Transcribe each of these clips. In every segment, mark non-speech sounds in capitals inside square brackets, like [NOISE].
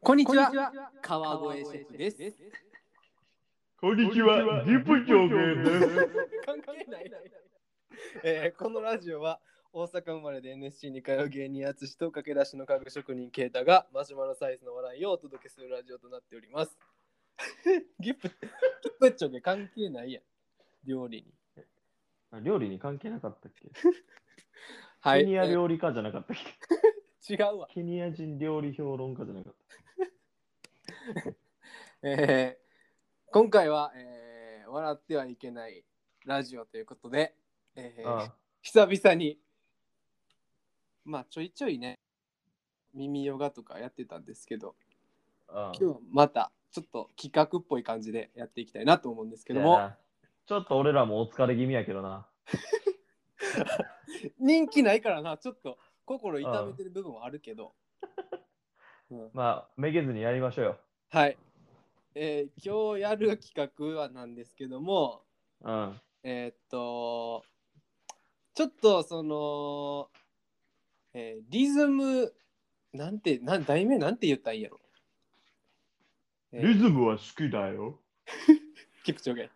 こんにちは。川越シェフです。こんにちは、ディプ長です。関係ない。えーこのラジオは大阪生まれで NSC に通う芸人やつしと駆け出しの家具職人啓太がマシュマロサイズの笑いをお届けするラジオとなっております。 [LAUGHS] ギプ、ギプッチョで関係ないやん。料理に。料理に関係なかったっけ、はケニアえー料理家じゃなかったっけ違うわ。ケニア人料理評論家じゃなかっえー今回は、えー笑ってはいけないラジオということで、えた。ーあ久々に、まあちょいちょいね、耳ヨガとかやってたんですけど、あああ今日またちょっと企画っぽい感じでやっていきたいなと思うんですけどいやもなちょっと俺らもお疲れ気味やけどな。人気ないからなちょっと心痛めてる部分はあるけど、うんまあ、めげずにやりましょうよ。はい、えー今日やる企画はなんですけどもうん。えーっとちょっとその、えーリズムなんてなん題名なんて言ったらいいんやろ、えー、ズムは好きだよ。キプチョゲ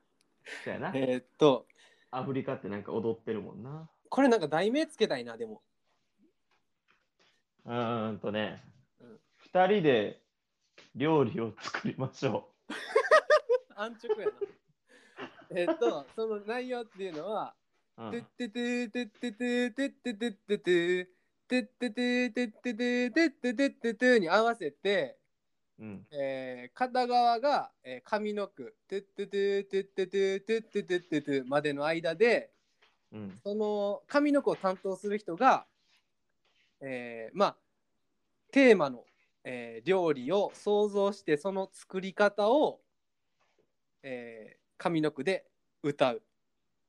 そうやな。えーっとアフリカってなんか踊ってるもんな。これなんか題名つけたいなでもうーんとねうん、二、人で料理を作りましょ安直やな。えっと、その内容っていうのは、う。うんてってててってててってててててっててててててててててに合わせて、うん。えー、片側が、えー、上の句、てっててててててててててまでの間で、うん。その上の句を担当する人が、えー、まあ、テーマの、えー、料理を想像して、その作り方を、えー、上の句で歌う。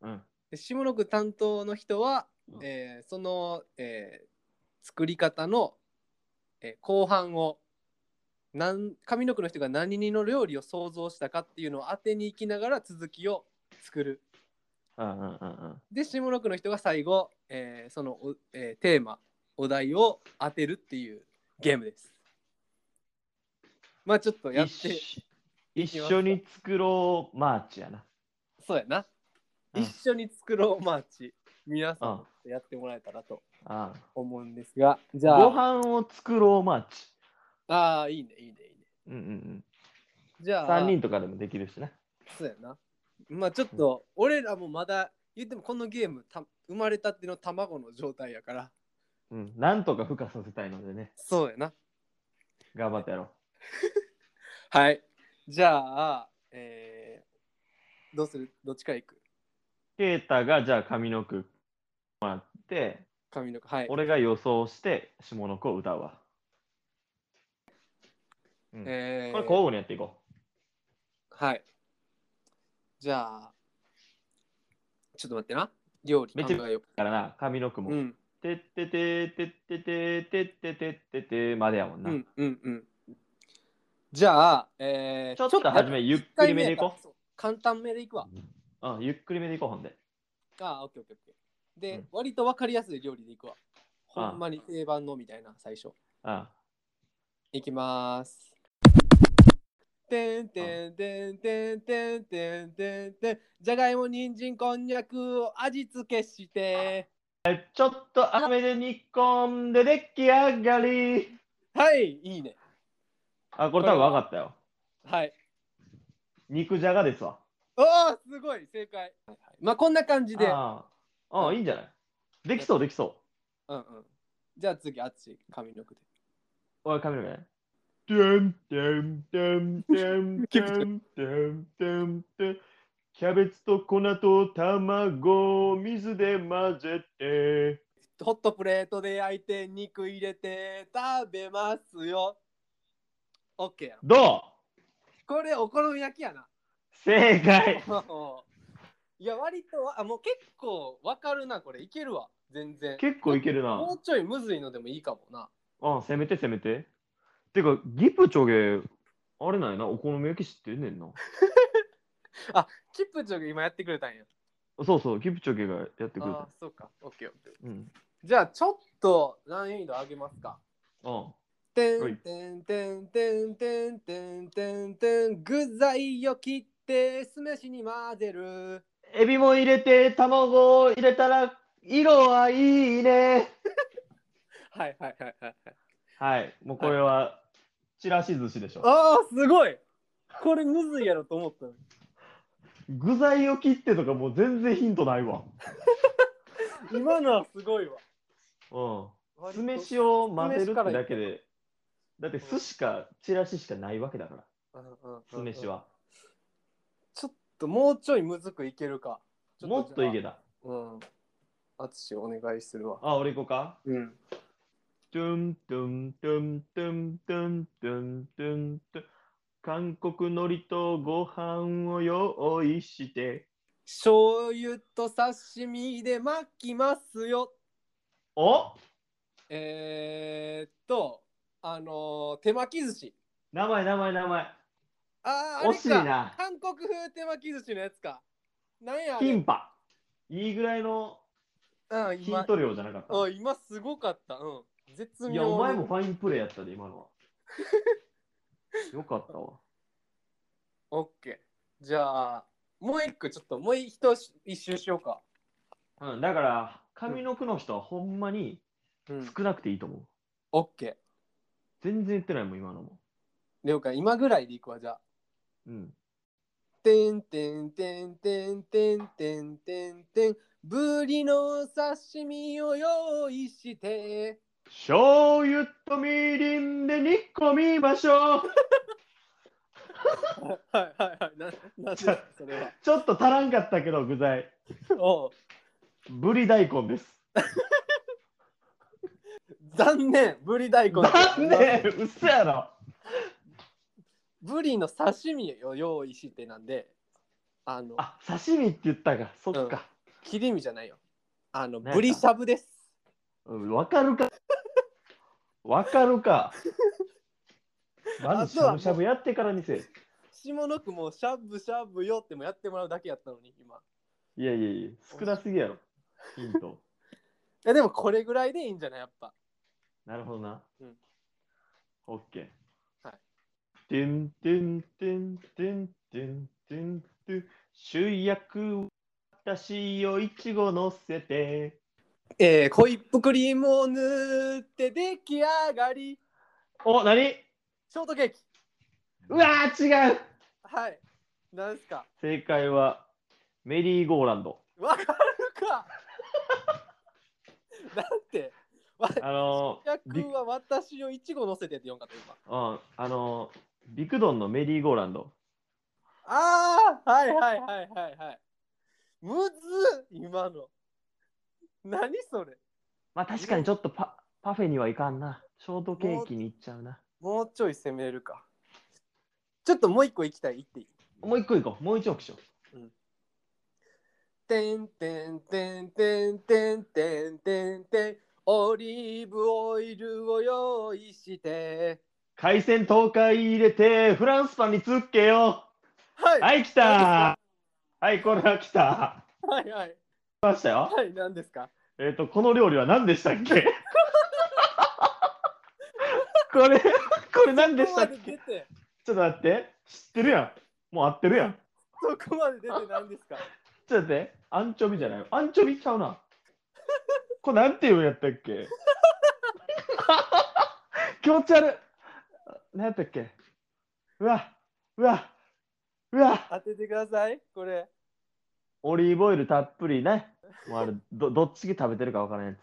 うん。で下の句担当の人は、うんえーその、えー作り方の、えー後半をなん上の句の人が何の料理を想像したかっていうのを当てに行きながら続きを作る。うんうんうんうん。で下の句の人が最後、えーそのお、えーテーマお題を当てるっていうゲームです。まあちょっとやって一緒一緒に作ろうマーチやな。そうやな、うん一緒に作ろうマーチ皆さあんとやってもらえたらとあ思うんですがじあゃあご飯を作ろうマーチ。ああ、いいね、いいね、いいね。うんうんうん。じゃあ、 3人とかでもできるしな。そうやな。まあちょっと、俺らもまだ、言ってもこのゲームた、生まれたての卵の状態やから。うん。なんとか孵化させたいのでね。そうやな。頑張ってやろはい。じゃあ、えー、どうするどっちから行くう。ケータがじゃあ上の句もらって、髪の毛。はい。俺が予想して下の句を歌うわ。うんこえれー、交互にやっていこはい。じゃあ、ちょっと待ってな。料理めっ考ちゃえよう。だからな、上の句う。も。うん、てってててってててっててててまでやもんうな。ん、うん、うん。じゃあ、えー、ちょっと初めゆっくりめでいこう。簡単めでいくわ。う。うん、ゆっくりめでいこう、ほんで。ああ、オッケーオッケーオッケー。で、うん割と分かりやすい料理でいくわ。ほああんまに定番のみたいな、最初。うん。いきまーす。てんてんてんてんてんてんてんてん。じゃがいも、人参、こんにゃくを味付けして。ちょっと雨で煮込んで出来上がり。はい、いいね。あ、これ多分分かったよ。はい。肉じゃがですわ。おー、すごい、正解。まあ、こんな感じで。ああ、ああいいんじゃないできそう、できそうんうん。じゃあ次、あっち、髪の毛で。う。おい、髪の毛ね。てんてんてんてんてんてんてんてん。キャベツと粉と卵を水で混ぜて。ホットプレートで焼いて、肉入れて、食べますよ。オッケーやろ。どこれ、お好み焼きやな。う正解いや、割とわ、あもう結構わかるな、これ。いけるわ、全然。結構いけるな。もうちょいむずいのでもいいかもな。ああ、攻めて攻めて。てか、ギプチョゲ、あれなんやな、お好み焼き知ってんねんな。キップチョが今やってくれたんや。そうそう、ギプチョゲがやってくあれたあ。、そうか。オッケーオッケー。うん。じゃあ、ちょっと難易度上げますか。あてはいんてんてんてんてんてんてんてん具材を切って酢飯に混ぜるエビも入れて、卵を入れたら、色はいいね。はいはいはいはいはいはい、もうこれは、ちらし寿司でしょ。あーすごいこれむずいやろと思ったの具材を切ってとかもう全然ヒントないわ。今のはすごいわうん。割酢と飯を混ぜる酢飯っからていっただけで、だって寿司かチラシしかないわけだから、うんうんうん酢飯は。ちょっともうちょいむずくいけるかもっといけるた。うんあつしお願いするわあ、俺行こうか。うんトゥントゥントゥントゥントゥントゥントゥントゥン韓国海苔とご飯を用意して。醤油と刺身で巻きますよおえー、っと、あのー手巻き寿司。名前名前名前。あーあれ惜かしいな。韓国風手巻き寿司のやつか。なんやあれキンパ。いいぐらいのうん、ヒ今ント量じゃなかっうん今すごかった。うん。絶た。妙いにや、お前もファインプレーやったで、[LAUGHS] 今のは。よかったわ。オッケー。じゃあ、もう一個ちょっと、もう一一周しようか。うん、だから、上の句の人はほんまにうん。少なくていいと思う。オッケ全然言ってないもん、今のも。ー。了解。今ぐらいでいくわ、じゃあ。うん。てんてんてんてんてんてんてんてん。ぶりの刺身を用意して。醤油とみりんで煮込みましょう。はいはいはい。ななんで [LAUGHS] それは。ちょっと足らんかったけど、具材。おうぶり大根です。残念ブリ大根なんで嘘やろ。ブリの刺身を用意してなんであのあ、刺身って言ったか。そっか。切り身じゃないよあの何やったブリしゃぶですうんわ、かるか。わかるか。まずしゃぶしゃぶやってからにせえ。下の句もしゃぶしゃぶよってもやってもらうだけやったのに今いやいやいや、少なすぎやろ。ヒント。えでもこれぐらいでいいんじゃないやっぱなるほどな。うんオッケー。はい。てんてんてんてんてんてんてん。主役、私をいちご乗せて。えー、ホイップクリームを塗って出来上がりお、なにショートケーキうわー、違うはいなんですか正解は、メリーゴーランド。わかるか [LAUGHS] なんてわあのー、び役は私をいちご乗せてって読んかった今うん、あのー、ビクドンのメリーゴーランド。ああはいはいはいはいはい。むずっ今の。何それまあ確かにちょっとパパフェにはいかんな。ショートケーキに行っちゃうな。もうちょい攻めるか。ちょっともう一個行きたい。行っていいもう一個行こう。もう一億しよう。てんてんてんてんてんてんてんてん。オリーブオイルを用意して。海鮮東海入れて、フランスパンにつっけよはい、はい、来たはい、これは来たはい、はい。来ましたよ。はい、何ですかえっ、と、この料理は何でしたっけこれ、これ何でしたっそこまけ出、ちょってと待って。知ってるやん。もう合ってるやん。そこまで出て何です [LAUGHS] かちょっと待って。アンチョビじゃないアンチョビちゃうな。これなんていうんやったっけ気持ち悪い。何やったっけうわ、うわ、うわ。当ててください、これ。オリーブオイルたっぷりね。もうあれどどっちが食べてるかわからんやつ。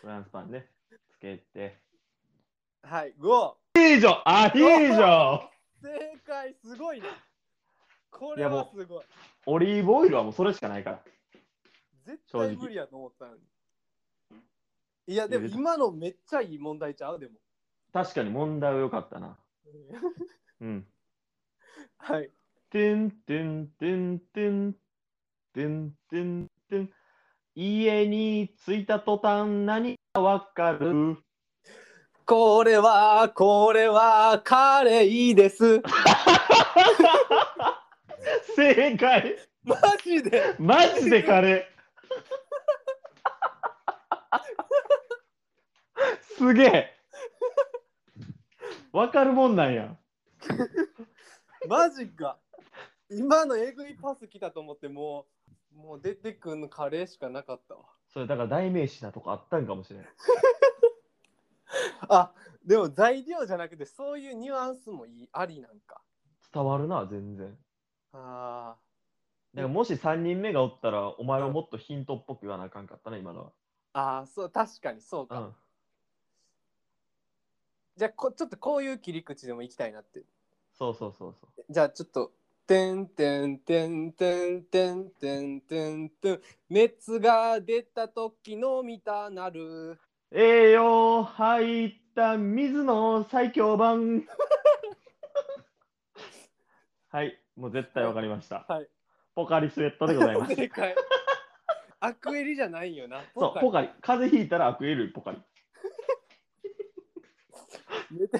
フランスパンね。つけて。はい、5。いいじゃんあ、いいじゃん正解すごいねこいれやはもすごいオリーブオイルはもうそれしかないから。絶正対直無理やと思ったのにいやでもいや今のめっちゃいい問題ちゃ [LAUGHS] うでも確かに問題は良かったな。うん。はいてんてんてんてんてんてんてん。家に着いた途端何がわかるこれはこれはカレーです正解マジでマジでカレーすげえわかるもんなんや。マジか今のえぐいパス来たと思ってもうもう出てくんのカレーしかなかったわそれだから代名詞なとこあったんかもしれん。あでも材料じゃなくてそういうニュアンスもいいありなんか伝わるな、全然。あだからもし3人目がおったら、お前はもっとヒントっぽく言わなあかんかったな、今のーあーそう確かにそうか、は。うん。じゃあこちょっとこういう切り口でもいきたいなってそうそうそうそう。じゃあちょっと「てんてんてんてんてんてんてんてん熱が出た時のみたなる栄養入った水の最強版。はい、もう絶対わかりました。はいポカリスエットでござ [LAUGHS] います。正解アクエリじゃないよなそう、ポカリ。風邪ひいたらアクエルポカリ。寝て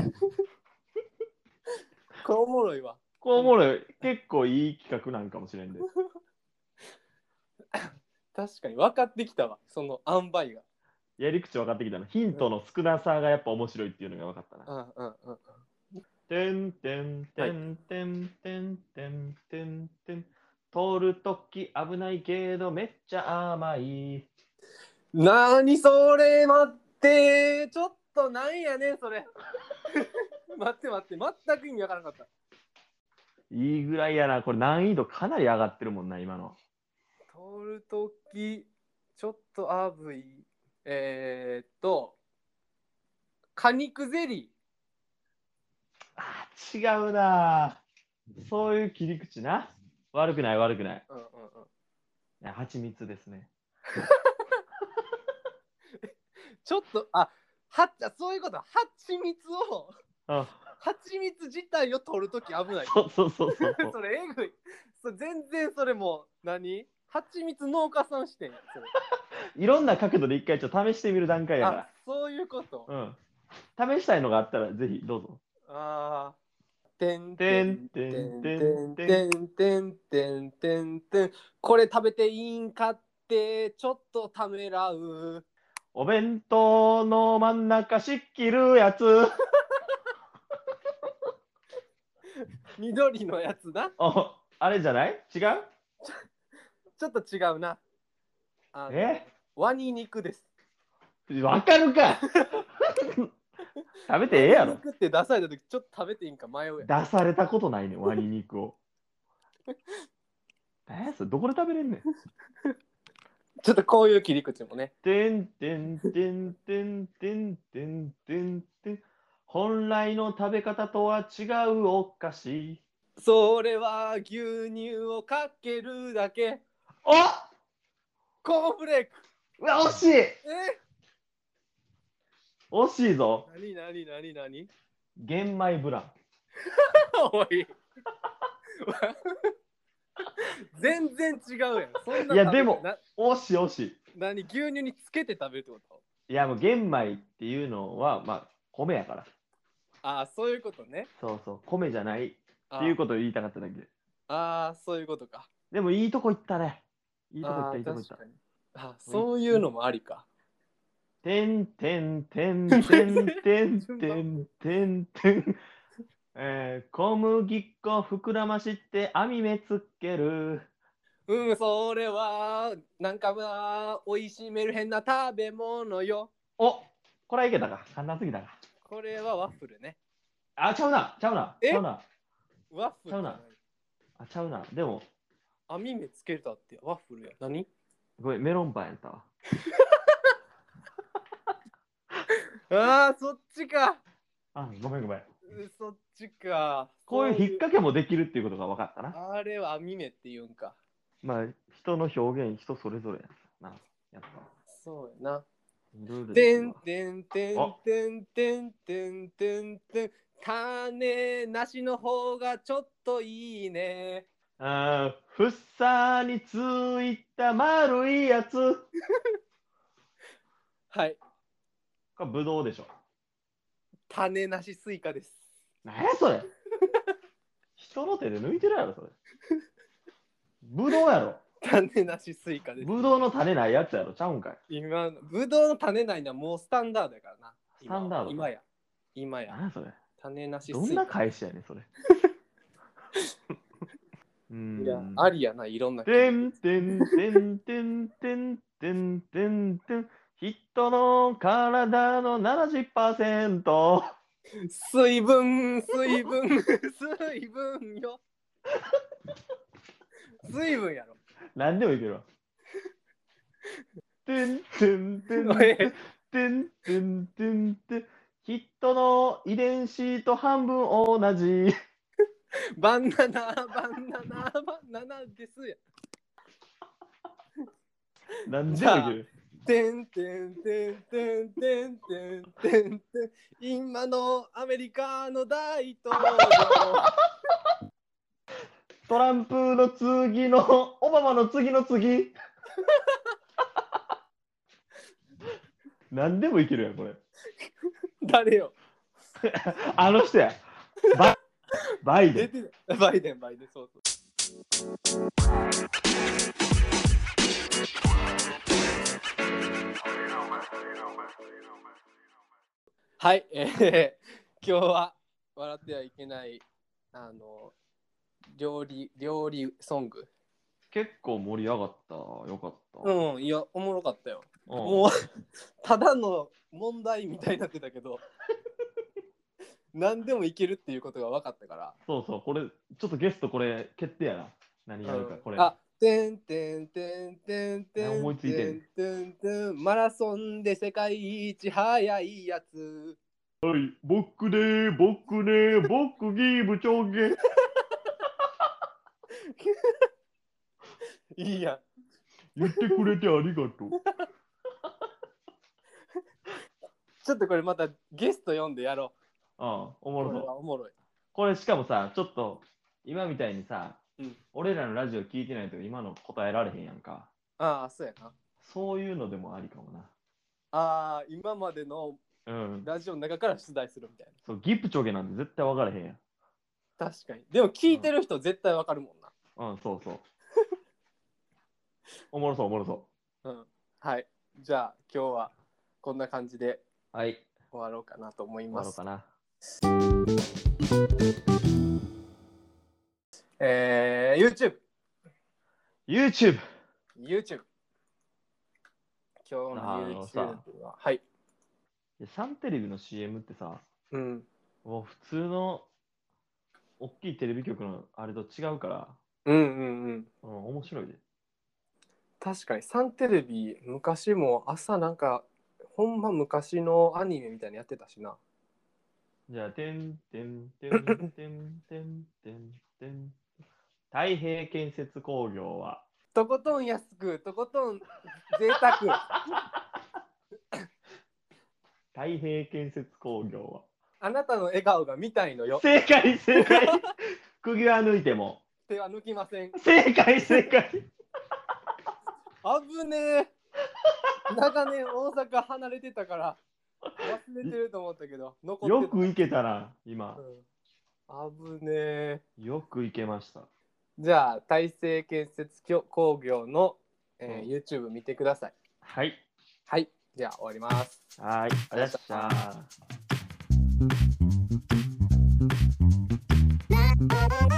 これおもろいわ。こうおもろい。結構いい企画なんかもしれんで。確かに分かってきたわ。その塩梅が。やり口分かってきたな。ヒントの少なさがやっぱ面白いっていうのが分かったな。うんうんうん。てんてんてんてんてんてんてんてん。通るとき危ないけどめっちゃ甘い。なにそれ待ってちょっとなんやねんそれ。 [LAUGHS] 待って待って全く意味わからなかった。いいぐらいやな。これ難易度かなり上がってるもんな、今の。通るときちょっとあぶい。えー、っと果肉ゼリあー違うな。そういう切り口な。悪くない、悪くない。ー。うんうんうん。いや蜂蜜ですね。ちょっとあはあそういうこと蜂蜜をあ蜂蜜自体を取るとき危ない。 [LAUGHS] そうそうそう [LAUGHS] そうそう。それえぐい。それ全然それもう何蜂蜜農家さんしてんそいろんな角度で一回ちょっと試してみる段階れやあかそういうこと。ら。うん。試したいのがあったらぜひどうぞ。ああ。てんててんんててんんててんんててんてんてんてんてんこれ食べていいんかってちょっとためらう。お弁当の真ん中しっきるやつ。緑のやつな。おあれじゃない違うちょっと違うな。あのえワニ肉です。わかるか [LAUGHS] 食べてええやろ。肉って出された時ちょっと食べていいんか迷うやん。出されたことないね [LAUGHS] んワニ肉を。えそれどこで食べれんねん。ちょっとこういう切り口もね。てんてんてんてんてんてんてんてん。本来の食べ方とは違うお菓子。それは牛乳をかけるだけ。おコーンフレーク。うわ、惜しいえ惜しいぞ。何何何何玄米ブラン。おい。 [LAUGHS] 全然違うやん。そんな食べていやでもな惜しい惜しい。何牛乳につけて食べるってこといやもう玄米っていうのはまあ米やからああ、そういうことね。そうそう米じゃないあっーていうことを言いたかっただけであー、そういうことか。でもいいとこ行ったねいいとこ行っあたーいいとこ行っ確かたにあーそういうのもありか。てんてんて [LAUGHS] んてんてんてんてんてんえー、小麦粉膨らまして網目つけるうん、それは、なんかまあ、美味しいメルヘンな食べ物よ。おこれはいけたか簡単すぎたかこれはワッフルね。あちゃうなちゃうなえちゃうなワッフルじゃい。ちゃうあちゃうなでも網目つけたってワッフルや。何ごめんメロンパンやったわああ、そっちか。あごめんごめんうそっちか。こういう引っ掛けもできるっていうことが分かったなあれは網目って言うんか。まあ、人の表現、人それぞれやな。やっぱ。そうやな。いろいろでてすんわてんてんてんてんてんてんてん。種なしの方がちょっといいね。あーふっさについた丸いやつ。はい。これぶどうでしょ。種なしスイカです。なやそれ。人の手で抜いてるやろ、それ。ぶどうやろ。種なしスイカです。ぶどうの種ないやつやろ、ちゃうんかい。今の、ぶどうの種ないのはもうスタンダードやからな。今スタンダードか今や。今や。なやそれ。種なしどんスイなカ。返しやね [LAUGHS] んそれ。うんいや、ありやな、いろんな。てんてんてんてんてんてんてんてん。人の体の70%。水分、水分、水分 [LAUGHS] よ。水分やろ。何でもいけ [LAUGHS] るわ。てんてんてんおいてんてんてんてん。人の遺伝子と半分同 [LAUGHS] じ。バンナナ、バンナナ、バンナナですや。何でもいける。てんてんてんてんてんてんてんてん。今のアメリカの大統領。トランプの次の、オバマの次の次。何でもいけるやん、これ。誰よ。あの人や。ババイデ出ン。てたバイデン、バイデン、そうそう。はい、えー、今日は笑ってはいけない、あの、料理、料理ソング。結構盛り上がった。よかった。うん、いや、おもろかったよ。うんもう、 [LAUGHS] ただの問題みたいになってたけど、 [LAUGHS] 何でもいけるっていうことが分かったから。そうそう、これ、ちょっとゲストこれ、決定やな。何やるか、これ。あ、てんてんてんてんてん。思いついてんるてんてん。マラソンで世界一速いやつ。はい、僕で、僕で、僕ギブ長ゲ。いいやん。言ってくれてありがとう。 [LAUGHS] ちょっとこれまたゲスト読んでやろああ、おう。こもろれそう。はおもろい。これ、しかもさ、ちょっと、今みたいにさ、うん俺らのラジオ聞いてないと今の答えられへんやんか。ああ、そうやな。そういうのでもありかもな。ああ、今までのうん。ラジオの中から出題するみたいそう、ギプチョゲなんて絶対分からへんやん。な。確かに。でも聞いてる人絶対わかるもんな。うん、そう [LAUGHS] そう。おもろそう、おもろそうん。はい。じゃあ今日はこんな感じでう。はい、終わろうかなと思い終わまろうすか。な。えー、YouTube。 YouTube! YouTube。今日あののさ YouTube は。はい。いやサンテレビの CM ってさ、うん。もう普通の大きいテレビ局のあれと違うから、うんうんうん。うん、面白いで。確かに、サンテレビ、昔も朝なんか、ほんま昔のアニメみたいにやってたしな。じゃあ、てんてんてんてんてんてんてん。太平建設工業は、とことん安く、とことん贅沢。太平建設工業は。あなたの笑顔が見たいのよ。正解正解 [LAUGHS] 釘は抜いても。手は抜きません。正解正解あぶねえ。長年大阪離れてたから、忘れてると思ったけど、残ってた。よくいけたな、今。うん、あぶねえ。よくいけました。じゃあ、大成建設工業の、えーうん YouTube 見てください。はい。はい、じゃあ終わります。はい。ありがとうございました。ララララ